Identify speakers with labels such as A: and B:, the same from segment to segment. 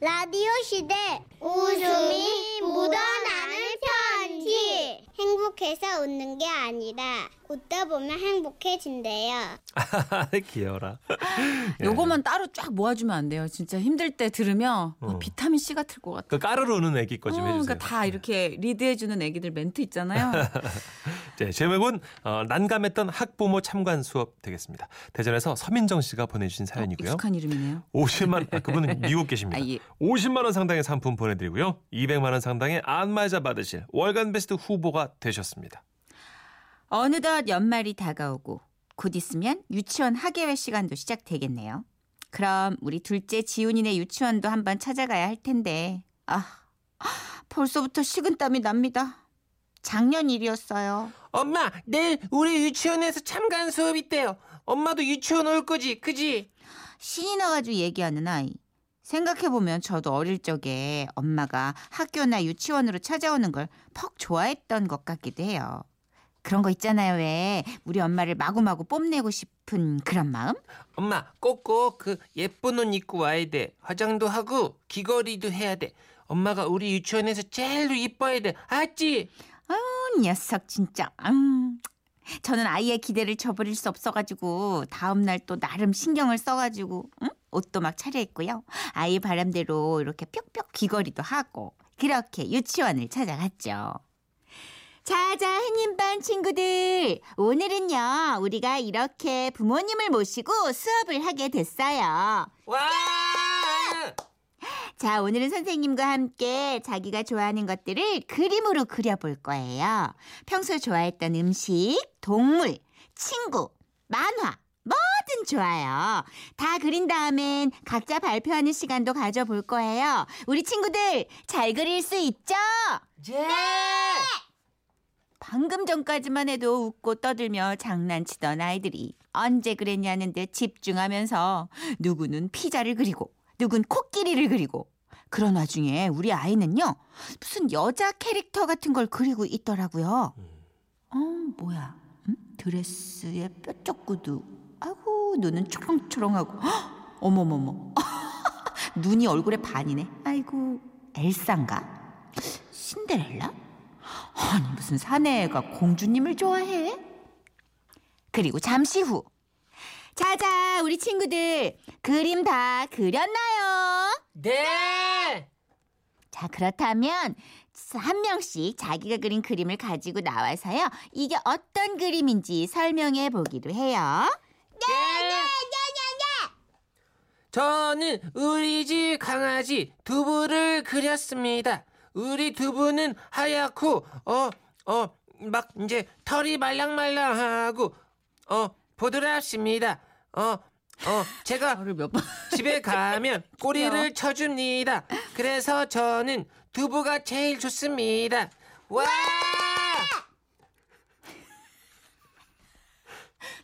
A: 라디오 시대 웃음이 묻어나는 편지 행복해서 웃는 게 아니라 웃다 보면 행복해진대요.
B: 아, 귀여라. 예.
C: 요거만 따로 쫙 모아주면 안 돼요. 진짜 힘들 때 들으면 어,
B: 어.
C: 비타민 C 같을 것 같아.
B: 그 까르르는 애기 거 좀
C: 어,
B: 해주세요. 예.
C: 그러니까 다 이렇게 리드해주는 애기들 멘트 있잖아요.
B: 네, 제목은 어, 난감했던 학부모 참관 수업 되겠습니다. 대전에서 서민정 씨가 보내주신 사연이고요.
C: 익숙한 이름이네요.
B: 50만 아, 그분은 미국 계십니다.
C: 아, 예.
B: 50만 원 상당의 상품 보내드리고요. 200만 원 상당의 안마자 받으실 월간 베스트 후보가 되셨습니다.
C: 어느덧 연말이 다가오고 곧 있으면 유치원 학예회 시간도 시작되겠네요. 그럼 우리 둘째 지훈이네 유치원도 한번 찾아가야 할 텐데. 아, 벌써부터 식은땀이 납니다. 작년 일이었어요.
D: 엄마, 내일 우리 유치원에서 참관 수업 있대요. 엄마도 유치원 올 거지, 그지?
C: 신이 나가지고 얘기하는 아이. 생각해보면 저도 어릴 적에 엄마가 학교나 유치원으로 찾아오는 걸 퍽 좋아했던 것 같기도 해요. 그런 거 있잖아요. 왜 우리 엄마를 마구마구 뽐내고 싶은 그런 마음?
D: 엄마, 꼭꼭 그 예쁜 옷 입고 와야 돼. 화장도 하고 귀걸이도 해야 돼. 엄마가 우리 유치원에서 제일로 이뻐야 돼. 알았지?
C: 아유, 녀석 진짜. 아유. 저는 아이의 기대를 저버릴 수 없어가지고 다음 날 또 나름 신경을 써가지고 응? 옷도 막 차려입고요. 아이 바람대로 이렇게 뿅뿅 귀걸이도 하고 그렇게 유치원을 찾아갔죠. 자자 해님 반 친구들 오늘은요 우리가 이렇게 부모님을 모시고 수업을 하게 됐어요.
D: 와!
C: 자, 오늘은 선생님과 함께 자기가 좋아하는 것들을 그림으로 그려볼 거예요. 평소에 좋아했던 음식, 동물, 친구, 만화, 뭐든 좋아요. 다 그린 다음엔 각자 발표하는 시간도 가져볼 거예요. 우리 친구들, 잘 그릴 수 있죠?
D: 제!
C: 방금 전까지만 해도 웃고 떠들며 장난치던 아이들이 언제 그랬냐는 데 집중하면서 누구는 피자를 그리고 누군 코끼리를 그리고 그런 와중에 우리 아이는요 무슨 여자 캐릭터 같은 걸 그리고 있더라고요. 어 뭐야 음? 드레스에 뾰족구두 아이고 눈은 초롱초롱하고 헉! 어머머머 눈이 얼굴에 반이네 아이고 엘상가 신데렐라 아니 무슨 사내가 공주님을 좋아해? 그리고 잠시 후 자자 우리 친구들 그림 다 그렸나요?
D: 네!
C: 자 그렇다면 한 명씩 자기가 그린 그림을 가지고 나와서요 이게 어떤 그림인지 설명해 보기로 해요.
D: 네! 저는 우리 집 강아지 두부를 그렸습니다. 우리 두부는 하얗고 어 어 막 이제 털이 말랑말랑하고 어 보드랍습니다. 어 어 제가
C: 저를 몇 번?
D: 집에 가면
C: 귀여워.
D: 꼬리를 쳐줍니다. 그래서 저는 두부가 제일 좋습니다. 와!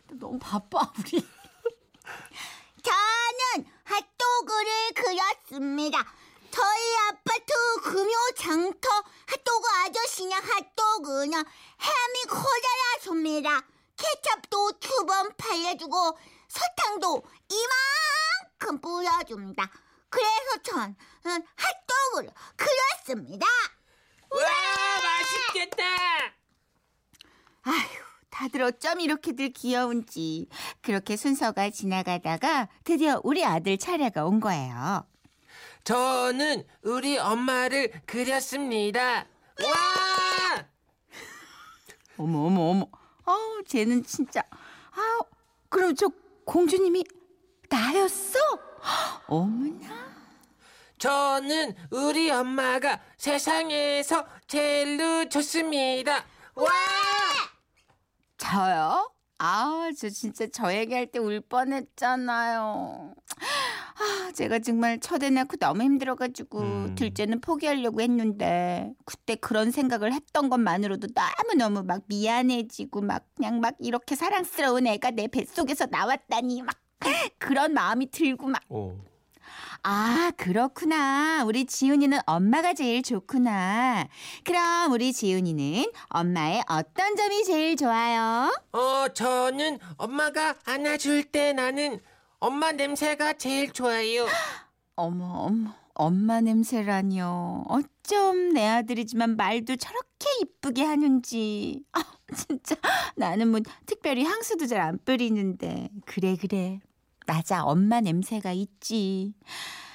C: 너무 바빠 우리.
A: 저는 핫도그를 그렸습니다. 저희 아파트 금요 장터 핫도그 아저씨냐 핫도그냐 햄이 커다라줍니다. 케첩도 두 번 발라주고 설탕도 이만큼 뿌려줍니다. 그래서 저는 핫도그를 그렸습니다.
D: 와! 맛있겠다!
C: 아휴, 다들 어쩜 이렇게들 귀여운지. 그렇게 순서가 지나가다가 드디어 우리 아들 차례가 온 거예요.
D: 저는 우리 엄마를 그렸습니다. 와!
C: 어머, 어머, 어머. 아우, 쟤는 진짜. 아우, 그럼 저 공주님이 나였어? 어머나.
D: 저는 우리 엄마가 세상에서 제일로 좋습니다. 와!
C: 저요? 아, 저 진짜 저 얘기할 때 울 뻔했잖아요. 아, 제가 정말 첫애 낳고 너무 힘들어가지고
B: 음.
C: 둘째는 포기하려고 했는데 그때 그런 생각을 했던 것만으로도 너무너무 막 미안해지고 막 그냥 막 이렇게 사랑스러운 애가 내 뱃속에서 나왔다니 막 그런 마음이 들고 막
B: 오.
C: 아, 그렇구나. 우리 지훈이는 엄마가 제일 좋구나. 그럼 우리 지훈이는 엄마의 어떤 점이 제일 좋아요?
D: 어, 저는 엄마가 안아줄 때 나는 엄마 냄새가 제일 좋아요.
C: 어머 어머 엄마 냄새라니요. 어쩜 내 아들이지만 말도 저렇게 이쁘게 하는지. 아 진짜 나는 뭐 특별히 향수도 잘 안 뿌리는데 그래 그래 맞아 엄마 냄새가 있지.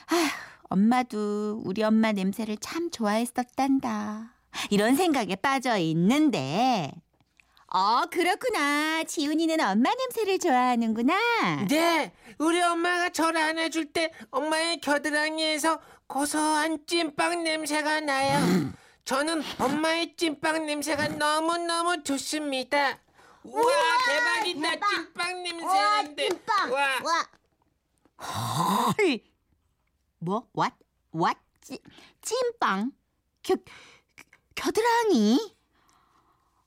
C: 아휴 엄마도 우리 엄마 냄새를 참 좋아했었단다. 이런 생각에 빠져 있는데. 어 그렇구나 지훈이는 엄마 냄새를 좋아하는구나.
D: 네, 우리 엄마가 저를 안아줄 때 엄마의 겨드랑이에서 고소한 찐빵 냄새가 나요. 저는 엄마의 찐빵 냄새가 너무너무 좋습니다. 우와, 대박이다
A: 대박.
D: 찐빵
A: 와
D: 냄새인데.
A: 찐빵
D: 어, 와.
A: 와
C: 헐. 뭐? 왓? 왓? 찌, 찐빵? 겨, 겨드랑이?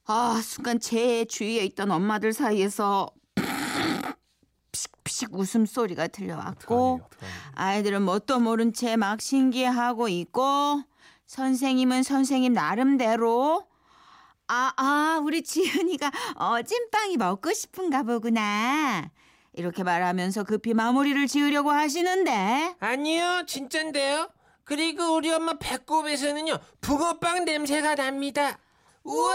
C: 아, 순간 제 주위에 있던 엄마들 사이에서 피식피식 웃음소리가 들려왔고 아이들은 뭣도 모른 채 막 신기해하고 있고 선생님은 선생님 나름대로 아아 우리 지은이가 어 찐빵이 먹고 싶은가 보구나 이렇게 말하면서 급히 마무리를 지으려고 하시는데
D: 아니요, 진짠데요. 그리고 우리 엄마 배꼽에서는요 붕어빵 냄새가 납니다. 우와!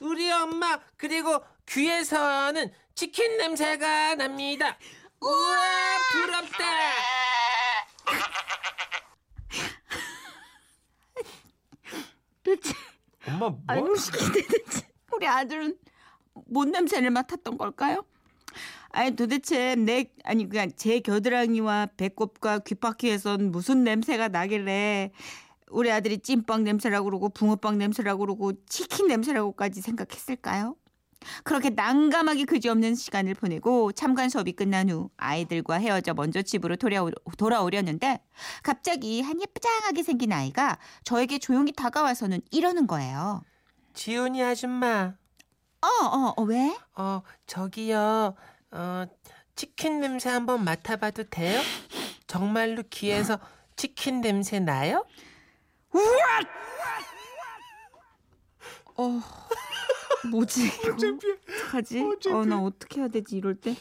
D: 우리 엄마 그리고 귀에서는 치킨 냄새가 납니다. 우와, 부럽다.
C: 도대체
B: 엄마 뭐?
C: 알고시게 되는지 우리 아들은 뭔 냄새를 맡았던 걸까요? 아니 도대체 내 아니 그냥 제 겨드랑이와 배꼽과 귓바퀴에선 무슨 냄새가 나길래 우리 아들이 찐빵 냄새라고 그러고 붕어빵 냄새라고 그러고 치킨 냄새라고까지 생각했을까요? 그렇게 난감하게 그지없는 시간을 보내고 참관 수업이 끝난 후 아이들과 헤어져 먼저 집으로 돌아오, 돌아오려는데 갑자기 한 예쁘장하게 생긴 아이가 저에게 조용히 다가와서는 이러는 거예요.
D: 지훈이 아줌마,
C: 어, 어, 어, 왜?
D: 어 저기요, 어 치킨 냄새 한번 맡아봐도 돼요? 정말로 귀에서 치킨 냄새 나요?
C: 어, 뭐지? 이거 어떡하지? 어, 나 어떻게 해야 되지? 이럴 때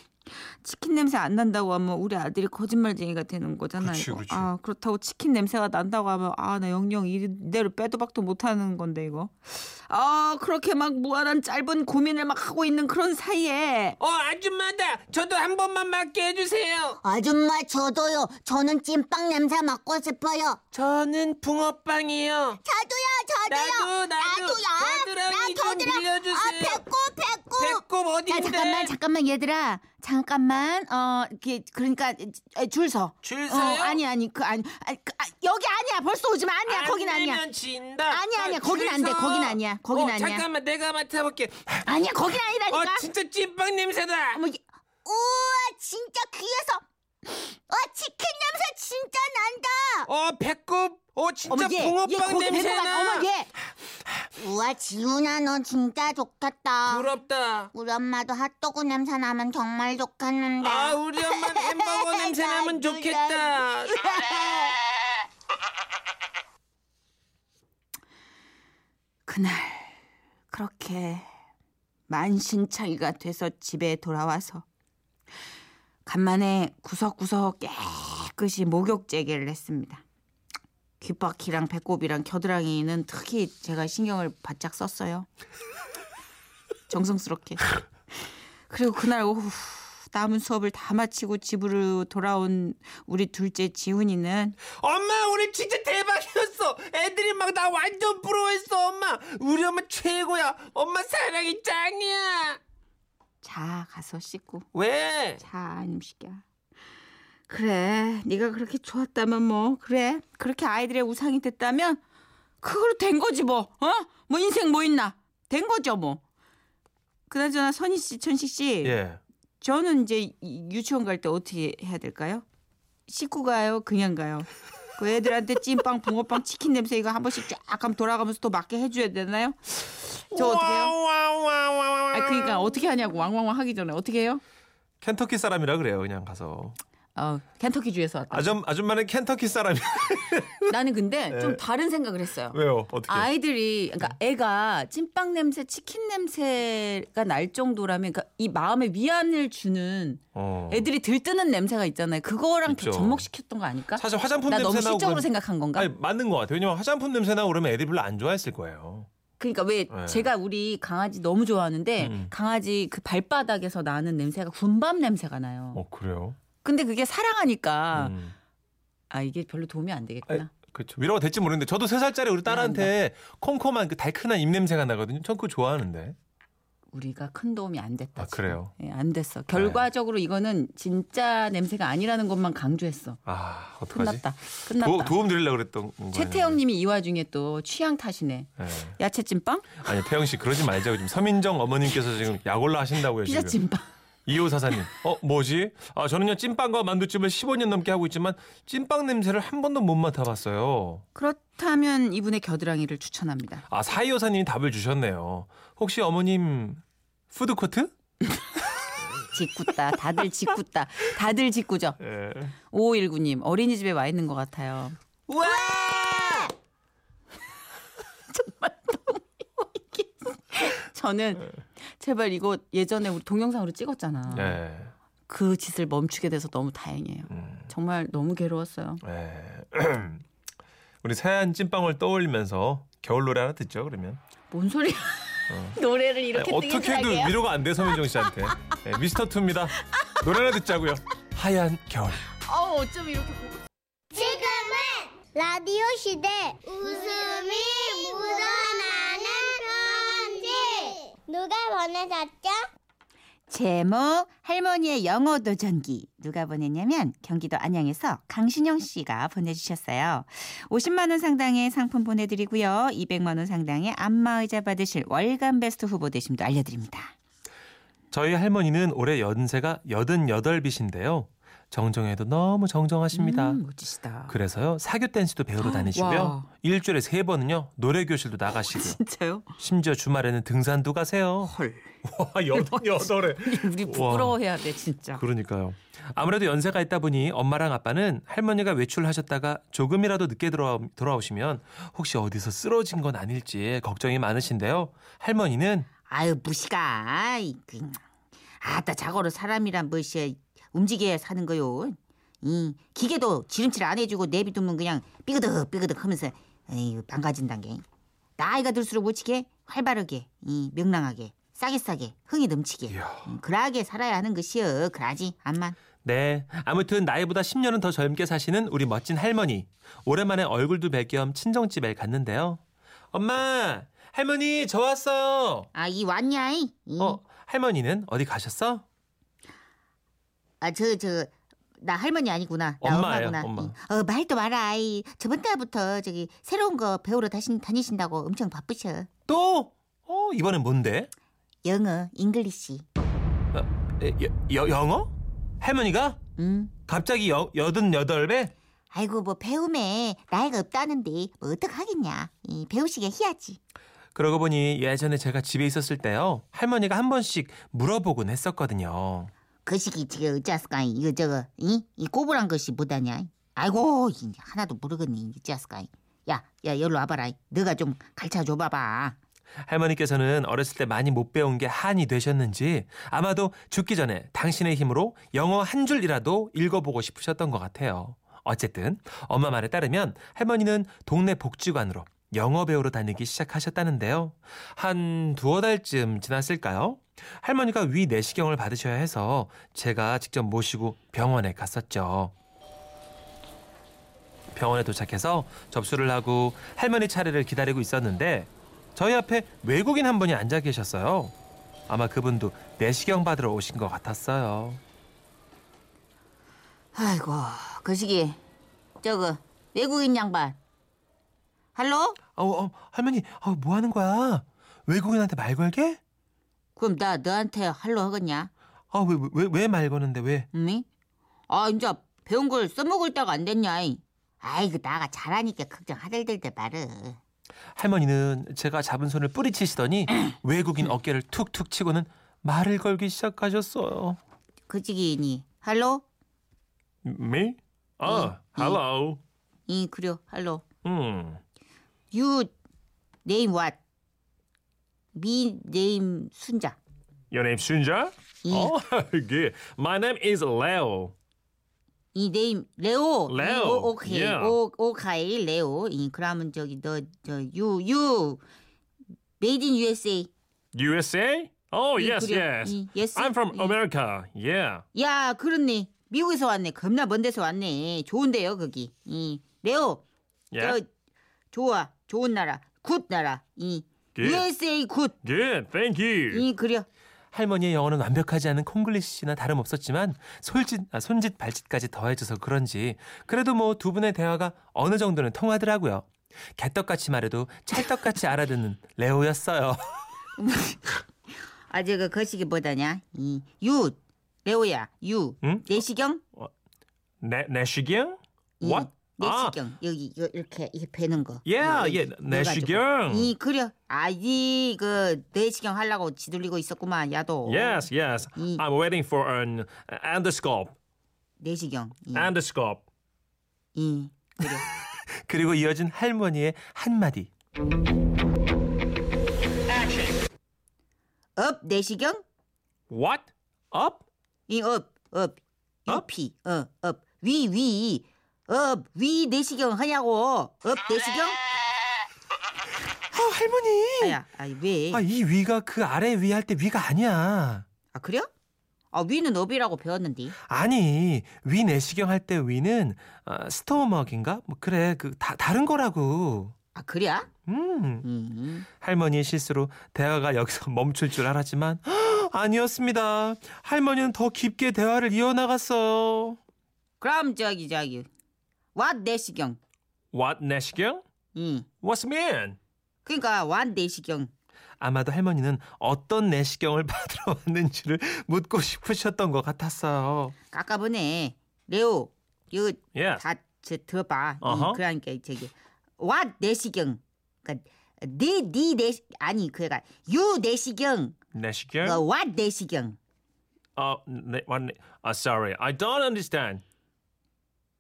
C: 치킨 냄새 안 난다고 하면 우리 아들이 거짓말쟁이가 되는 거잖아요.
B: 그치,
C: 이거.
B: 그치.
C: 아 그렇다고 치킨 냄새가 난다고 하면 아 나 영영 이대로 빼도 박도 못하는 건데 이거. 아 그렇게 막 무한한 짧은 고민을 막 하고 있는 그런 사이에
D: 어 아줌마다, 저도 한 번만 맡게 해주세요.
A: 아줌마 저도요 저는 찐빵 냄새 맡고 싶어요
D: 저는 붕어빵이요.
A: 저도요 저도요
D: 나도 나도
A: 나도야
D: 겨드랑이 좀
A: 겨드랑이. 아
D: 빌려주세요.
A: 배꼽 배꼽
D: 배꼽 어딘데?
C: 야 잠깐만 잠깐만 얘들아 잠깐만 어 이렇게 그러니까 줄 서.
D: 줄
C: 어,
D: 서요?
C: 아니 아니 그 아니 아니, 그, 아, 여기 아니야 벌써 오지 마 아니야
D: 안
C: 거긴 아니야
D: 되면 진다.
C: 아니야, 아니야.
D: 아,
C: 거긴
D: 줄
C: 안 돼.
D: 서.
C: 거긴 아니야. 거긴
D: 어,
C: 아니야.
D: 잠깐만 내가 맡아볼게.
C: 아니야 거긴
D: 어
C: 아니라니까 뭐,
D: 진짜 찐빵 냄새다.
C: 어머, 이게-
A: 우와 진짜 귀에서 와 치킨 냄새 진짜 난다
D: 어 배꼽. 어
C: 어머
D: 진짜
C: 얘, 얘
D: 붕어빵
C: 거기
D: 냄새
C: 배고파
D: 나.
C: 어머 얘
A: 우와 지훈아 너 진짜 좋겠다
C: 어.
D: 부럽다.
A: 우리 엄마도 핫도그 냄새 나면 정말 좋겠는데
D: 아 우리 엄마 햄버거 냄새 나면 좋겠다.
C: 그날 그렇게 만신창이가 돼서 집에 돌아와서 간만에 구석구석 깨끗이 목욕 재개를 했습니다. 귓바퀴랑 배꼽이랑 겨드랑이는 특히 제가 신경을 바짝 썼어요. 정성스럽게. 그리고 그날 오후 남은 수업을 다 마치고 집으로 돌아온 우리 둘째 지훈이는
D: 엄마 우리 진짜 대박이었어. 애들이 막 나 완전 부러워했어 엄마. 우리 엄마 최고야. 엄마 사랑이 짱이야.
C: 자 가서 씻고
D: 왜?
C: 자 이놈식이야 그래 네가 그렇게 좋았다면 뭐 그래 그렇게 아이들의 우상이 됐다면 그걸로 된 거지 뭐 어? 뭐 인생 뭐 있나 된 거죠 뭐 그나저나 선희 씨 천식 씨
B: 예.
C: 저는 이제 이- 유치원 갈 때 어떻게 해야 될까요? 씻고 가요? 그냥 가요? 그 애들한테 찐빵, 붕어빵, 치킨 냄새 이거 한 번씩 쫙 하면 돌아가면서 또 맞게 해줘야 되나요? 저 어떻게 해요?
D: 와와와와.
C: 아 그러니까 어떻게 하냐고 왕왕왕 하기 전에 어떻게 해요?
B: 켄터키 사람이라 그래요. 그냥 가서.
C: 어, 켄터키 주에서 왔다.
B: 아줌 아줌마는 켄터키 사람이
C: 나는 근데
B: 예.
C: 좀 다른 생각을 했어요.
B: 왜요? 어떻게? 네.
C: 아이들이 그러니까 애가 찐빵 냄새, 치킨 냄새가 날 정도라면 그러니까 이 마음에 위안을 주는
B: 어.
C: 애들이 들뜨는 냄새가 있잖아요. 그거랑
B: 있죠.
C: 접목시켰던 거 아닐까?
B: 사실 화장품
C: 나
B: 냄새
C: 너무
B: 나고
C: 시적으로
B: 그건-
C: 생각한 건가?
B: 아니 맞는 것 같아요. 왜냐면 화장품 냄새 나고 그러면 애들이 별로 안 좋아했을 거예요.
C: 그러니까 왜
B: 네.
C: 제가 우리 강아지 너무 좋아하는데
B: 음.
C: 강아지 그 발바닥에서 나는 냄새가 군밤 냄새가 나요.
B: 어 그래요?
C: 근데 그게 사랑하니까
B: 음.
C: 아 이게 별로 도움이 안 되겠구나.
B: 그렇죠. 위로가 될지 모르는데 저도 세 살짜리 우리 딸한테 콩콩한 그 달큰한 입 냄새가 나거든요. 전 그거 좋아하는데.
C: 우리가 큰 도움이 안 됐다.
B: 아,
C: 지금.
B: 그래요? 네.
C: 예, 안 됐어. 결과적으로 이거는 진짜 냄새가 아니라는 것만 강조했어.
B: 아 어떡하지?
C: 끝났다.
B: 도,
C: 끝났다.
B: 도움 드리려고 그랬던 거예요. 네,
C: 최태영님이 이 와중에 또 취향 탓이네.
B: 예.
C: 야채찐빵,
B: 아니 태영 씨 그러지 말자고 지금 서민정 어머님께서 지금 약올라 하신다고요 지금.
C: 피자찐빵.
B: 이호 사사님, 어 뭐지? 아 저는요 찐빵과 만두집을 15년 넘게 하고 있지만 찐빵 냄새를 한 번도 못 맡아봤어요.
C: 그렇다면 이분의 겨드랑이를 추천합니다.
B: 아 사이호사님이 답을 주셨네요. 혹시 어머님 푸드코트?
C: 짓궂다. 다들 짓궂다. 다들 짓궂죠.
B: 예.
C: 5519님 어린이집에 와 있는 것 같아요.
D: 와!
C: 저는
B: 네.
C: 제발 이거 예전에 우리 동영상으로 찍었잖아.
B: 예.
C: 그 짓을 멈추게 돼서 너무 다행이에요.
B: 음,
C: 정말 너무 괴로웠어요.
B: 예. 우리 새한 찐빵을 떠올리면서 겨울 노래 하나 듣죠 그러면.
C: 뭔 소리야? 노래를 이렇게
B: 어. 아니, 어떻게 해도
C: 뜨게
B: 위로가 안 돼 서민정 씨한테. 예, 미스터 투입니다. 노래 하나 듣자고요. 하얀 겨울.
C: 어 어쩜 이렇게
A: 지금은 라디오 시대 웃음이 묻어나는 편지 누가 보내셨죠?
C: 제목 뭐, 할머니의 영어 도전기 누가 보냈냐면 경기도 안양에서 강신영 씨가 보내주셨어요. 50만 원 상당의 상품 보내드리고요. 200만 원 상당의 안마의자 받으실 월간 베스트 후보 되심도 알려드립니다.
B: 저희 할머니는 올해 연세가 88이신데요. 정정해도 너무 정정하십니다.
C: 음, 멋지시다.
B: 그래서요 사교 댄스도 배우러 다니시고요
C: 아, 와.
B: 일주일에 세 번은요 노래 교실도 나가시고요
C: 진짜요?
B: 심지어 주말에는 등산도 가세요. 헐. 와 여덟 여덟에.
C: 우리 부끄러워해야 돼 진짜.
B: 그러니까요. 아. 아무래도 연세가 있다 보니 엄마랑 아빠는 할머니가 외출하셨다가 조금이라도 늦게 돌아, 돌아오시면 혹시 어디서 쓰러진 건 아닐지 걱정이 많으신데요. 할머니는
C: 아유 무시가 그, 아따 자고로 사람이란 무시야 움직여야 사는 거요 이 기계도 지름칠 안 해주고 내비두면 그냥 삐그덕 삐그덕 하면서 에이 망가진단 게 나이가 들수록 못치게 활발하게 이 명랑하게 싸게 싸게 흥이 넘치게 음, 그러하게 살아야 하는 것이여 그러지 암만
B: 네. 아무튼 나이보다 10년은 더 젊게 사시는 우리 멋진 할머니. 오랜만에 얼굴도 뵐 겸 친정집에 갔는데요. 엄마, 할머니 저 왔어요.
C: 아 이 왔냐 이
B: 어, 할머니는 어디 가셨어?
C: 아, 저, 저, 나 할머니 아니구나. 나
B: 엄마예요,
C: 엄마구나.
B: 엄마.
C: 이, 어, 말도 마라. 이, 저번 달부터 저기 새로운 거 배우러 다시 다니신다고 엄청 바쁘셔.
B: 또? 어, 이번엔 뭔데?
C: 영어, 잉글리시.
B: 에, 여, 여- 영어? 할머니가
C: 음.
B: 갑자기 여, 여든 여덟 배?
C: 아이고 뭐 배움에 나이가 없다는데 뭐 어떡하겠냐. 이, 배우시게 해야지.
B: 그러고 보니 예전에 제가 집에 있었을 때요. 할머니가 한 번씩 물어보곤 했었거든요.
C: 그 시기 지금 어쩌스까 이거 저거 이? 이 꼬부란 것이 뭐다냐. 아이고 이, 하나도 모르겠니 어쩌스까 야, 야, 여기로 와봐라. 이. 너가 좀 가르쳐 줘봐봐.
B: 할머니께서는 어렸을 때 많이 못 배운 게 한이 되셨는지 아마도 죽기 전에 당신의 힘으로 영어 한 줄이라도 읽어보고 싶으셨던 것 같아요. 어쨌든 엄마 말에 따르면 할머니는 동네 복지관으로 영어 배우러 다니기 시작하셨다는데요. 한 두어 달쯤 지났을까요? 할머니가 위 내시경을 받으셔야 해서 제가 직접 모시고 병원에 갔었죠. 병원에 도착해서 접수를 하고 할머니 차례를 기다리고 있었는데 저희 앞에 외국인 한 분이 앉아 계셨어요. 아마 그분도 내시경 받으러 오신 것 같았어요.
C: 아이고 그 시기 저거 외국인 양반 할로?
B: 어, 어, 할머니, 어, 뭐 하는 거야? 외국인한테 말 걸게?
C: 그럼 나 너한테 할로 하겠냐?
B: 아, 왜, 왜, 왜 말 거는데 왜?
C: 응? 아 이제 배운 걸 써먹을 때가 안 됐냐? 이. 아이고 그 나가 잘하니까 걱정하들들들 말을
B: 할머니는 제가 잡은 손을 뿌리치시더니 외국인 어깨를 툭툭 치고는 말을 걸기 시작하셨어요.
C: 그 시기니 할로?
B: Me? 아, hello.
E: 이 그려 할로
B: 음.
E: 유 네임 왓. 미 네임 순자.
B: Your name 순자?
E: 이,
B: 어, good. My name is Leo.
E: 이 네임 레오.
B: 레오.
E: 오, 오케이.
B: Yeah.
E: 오 오카이 레오. 이 그러면 저기 너 저 유 유 메이드 인 USA.
B: USA? Oh,
E: 이
B: yes,
E: 그려.
B: yes.
E: 이, yes.
B: I'm from
E: 이.
B: America. Yeah.
E: 야, 그렇네. 미국에서 왔네. 겁나 먼 데서 왔네. 좋은데요, 거기. 이 레오.
B: Yeah.
E: 저, 좋아. 좋은 나라. 굿 나라. 이
B: Good.
E: USA 굿.
B: Good. Thank you.
E: 이 그려.
B: 할머니의 영어는 완벽하지 않은 콩글리시나 다름없었지만 솔짓, 아, 손짓 발짓까지 더해져서 그런지 그래도 뭐 두 분의 대화가 어느 정도는 통하더라고요. 개떡같이 말해도 찰떡같이 알아듣는 레오였어요.
E: 아, 저거 거시기 뭐다냐? 이 유. 레오야. 유.
B: 응?
E: 내시경?
B: 내 내시경?
E: 이
B: What? 아,
E: 내시경. 여기 이거 이렇게 이렇게 베는 거.
B: yeah,
E: 여기
B: yeah,
E: 넣어가지고.
B: 내시경.
E: 이 그려. 아, 이그 내시경 하려고 지들리고 있었구만. 야도.
B: Yes, yes.
E: 이
B: I'm waiting for an uh, endoscope.
E: 내시경. 이,
B: Endoscope.
E: 이.
B: 그리고 이어진 할머니의 한마디.
E: 업 내시경?
B: What? Up?
E: 이 업, 업,
B: 업?
E: 유피, 어, 업, 위, 위, 업, 위 내시경 하냐고, 업 내시경?
B: 아, 할머니.
E: 아야, 아 왜?
B: 아, 이 위가 그 아래 위 할 때 위가 아니야.
E: 아 그래요? 아 위는 업이라고 배웠는데.
B: 아니, 위 내시경 할 때 위는 아, 스토머인가? 뭐 그래. 그 다, 다른 거라고.
E: 아 그래야?
B: 음.
E: 음.
B: 할머니의 실수로 대화가 여기서 멈출 줄 알았지만 아니었습니다. 할머니는 더 깊게 대화를 이어나갔어요.
E: 그럼 저기 저기, 왓 내시경.
B: What 내시경?
E: 음.
B: What's mean?
E: 그러니까 왓 내시경.
B: 아마도 할머니는 어떤 내시경을 받으러 왔는지를 묻고 싶으셨던 것 같았어요.
E: 아까번에 레오, 이거
B: Yes.
E: 다 저, 들어봐. 이,
B: 아. 어허.
E: 그러니까 저기 왓 내시경. 그러니까 네네 내 아니 그가 유 내시경.
B: 내시경?
E: 어, 왓 내시경.
B: 어, 네, what 내- 아, sorry. I don't understand.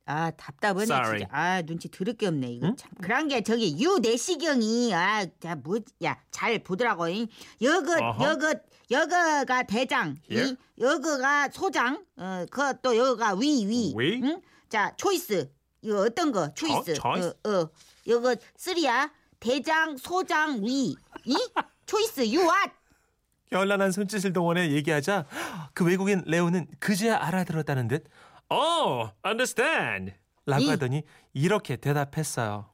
E: 아 답답하네
B: Sorry.
E: 진짜. 아 눈치 더럽게 없네 이거
B: 응?
E: 참. 그런 게 저기 유 내시경이 아, 아뭐야잘 보더라고. 이. 여거
B: 어허.
E: 여거 여거가 대장,
B: 예.
E: 이 여거가 소장, 어 그것도 여거가 위 위.
B: 위?
E: 응? 자 초이스 이거 어떤 거 초이스.
B: choice?
E: 어, 어 여거 쓰리야 대장 소장 위. 이 초이스 유왓.
B: 현란한 손짓을 동원해 얘기하자 그 외국인 레오는 그제야 알아들었다는 듯 Oh, understand. 라고
E: 이.
B: 하더니 이렇게 대답했어요.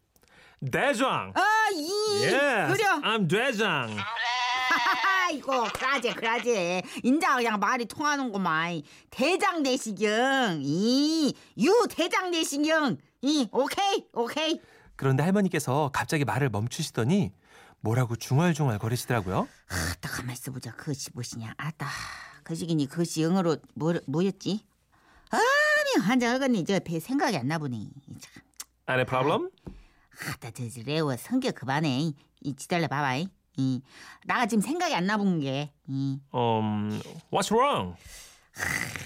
B: 대장.
E: 어, 아이 그려.
B: I'm 대장.
E: 아이고 그라제 그라제 인자 그냥 말이 통하는구만 대장 내시경 이 유 대장 내시경 이 오케이 오케이
B: 그런데 할머니께서 갑자기 말을 멈추시더니 뭐라고 중얼중얼 거리시더라고요.
E: 아따 가만 있어 보자 그것이 무엇이냐 아따 그시기니 그것이 영어로 뭐, 뭐였지 아니 한장 어건니 저 배 생각이 안 나보네 참,
B: Any problem?
E: 아따 저 저, 레오 성격 그만해 이 지달려 봐봐 이 나가 지금 생각이 안 나본 게이
B: Um, what's wrong?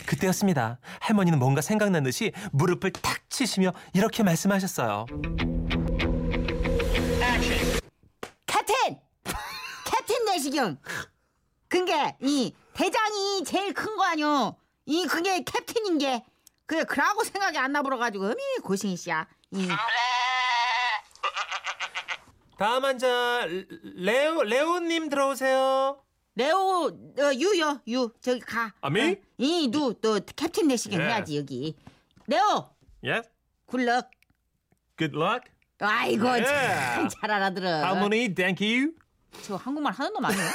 B: 그때였습니다. 할머니는 뭔가 생각난 듯이 무릎을 탁 치시며 이렇게 말씀하셨어요.
E: 캡틴! 캡틴 내시경! 그게 이 대장이 제일 큰 거 아니오? 이 그게 캡틴인 게 그게 그라고 생각이 안 나버려가지고 어미 고생이 씨야. 이
B: 다음 환자 레오 레오님 들어오세요.
E: 레오 어, 유요 유 저기 가. 어,
B: 아, 미?
E: 이누너 캡틴 내시경
B: 예.
E: 해야지 여기. 레오
B: Yes.
E: 굴럭.
B: Good luck.
E: 아이고
B: 예.
E: 참, 잘 알아들어.
B: 할머니, thank you.
E: 저 한국말 하는 놈 아니에요?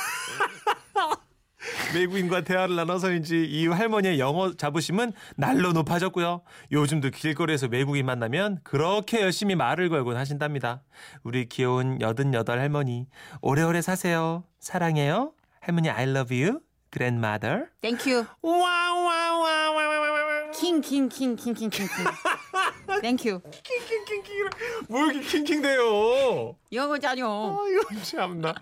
B: 외국인과 대화를 나눠서인지 이 할머니의 영어 자부심은 날로 높아졌고요. 요즘도 길거리에서 외국인 만나면 그렇게 열심히 말을 걸곤 하신답니다. 우리 귀여운 여든여덟 할머니 오래오래 사세요. 사랑해요. 할머니 I love you. grandmother.
E: 땡큐.
B: 와와와와와와와.
E: 킹킹킹킹킹킹. 땡큐.
B: 킹킹킹킹. 뭐 이렇게 킹킹대요.
E: 영어 자녀.
B: 아유 참나.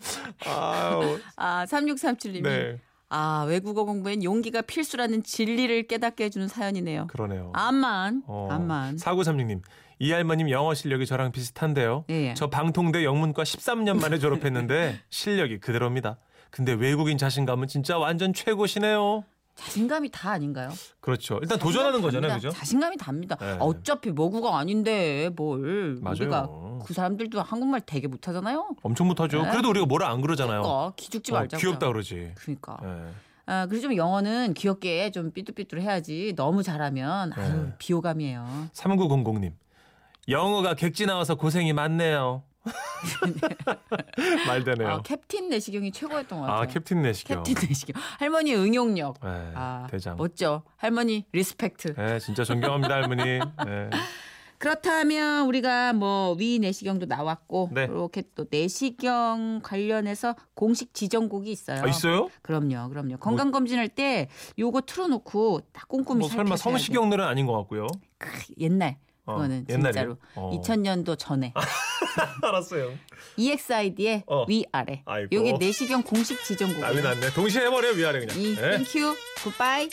B: 아유.
E: 아 3637님이
B: 네.
C: 아, 외국어 공부엔 용기가 필수라는 진리를 깨닫게 해주는 사연이네요.
B: 그러네요.
C: 암만,
B: 어,
C: 암만.
B: 4936님. 이 할머님 영어 실력이 저랑 비슷한데요.
C: 예, 예.
B: 저 방통대 영문과 13년 만에 졸업했는데 실력이 그대로입니다. 근데 외국인 자신감은 진짜 완전 최고시네요.
C: 자신감이 다 아닌가요?
B: 그렇죠. 일단 도전하는 거잖아요.
C: 답니다.
B: 그죠?
C: 자신감이 답니다.
B: 네.
C: 어차피 모국어 아닌데 뭘
B: 맞아요.
C: 우리가 그 사람들도 한국말 되게 못하잖아요.
B: 엄청 못하죠.
C: 네.
B: 그래도 우리가 뭐라 안 그러잖아요.
C: 그러니까 기죽지
B: 어,
C: 말자.
B: 귀엽다 그러지.
C: 그러니까.
B: 예.
C: 아, 그리고 좀 영어는 귀엽게 좀 삐뚤삐뚤 해야지 너무 잘하면 아유,
B: 네.
C: 비호감이에요.
B: 3900님. 영어가 객지 나와서 고생이 많네요. 말 되네요.
C: 아, 캡틴 내시경이 최고였던 것 같아요.
B: 아, 캡틴 내시경.
C: 캡틴 내시경. 할머니 응용력.
B: 예,
C: 아,
B: 대장.
C: 멋져. 할머니 리스펙트.
B: 예, 진짜 존경합니다, 할머니. 예.
C: 그렇다면 우리가 뭐 위 내시경도 나왔고
B: 네.
C: 이렇게 또 내시경 관련해서 공식 지정곡이 있어요.
B: 아, 있어요?
C: 그럼요,
B: 뭐
C: 그럼요. 건강 검진할 때 요거 틀어놓고 딱 꼼꼼히
B: 뭐 설마
C: 살펴봐야 돼요.
B: 성시경 노래는 아닌 것 같고요.
C: 크, 옛날
B: 어,
C: 그거는
B: 옛날이요?
C: 진짜로
B: 어.
C: 2000년도 전에 E
B: 알았어요.
C: EXID의
B: 어.
C: 위 아래.
B: 아이고.
C: 요게 내시경 공식 지정곡.
B: 난리 났네. 동시에 해버려 위아래 그냥.
C: 이
B: 예.
C: 땡큐 굿바이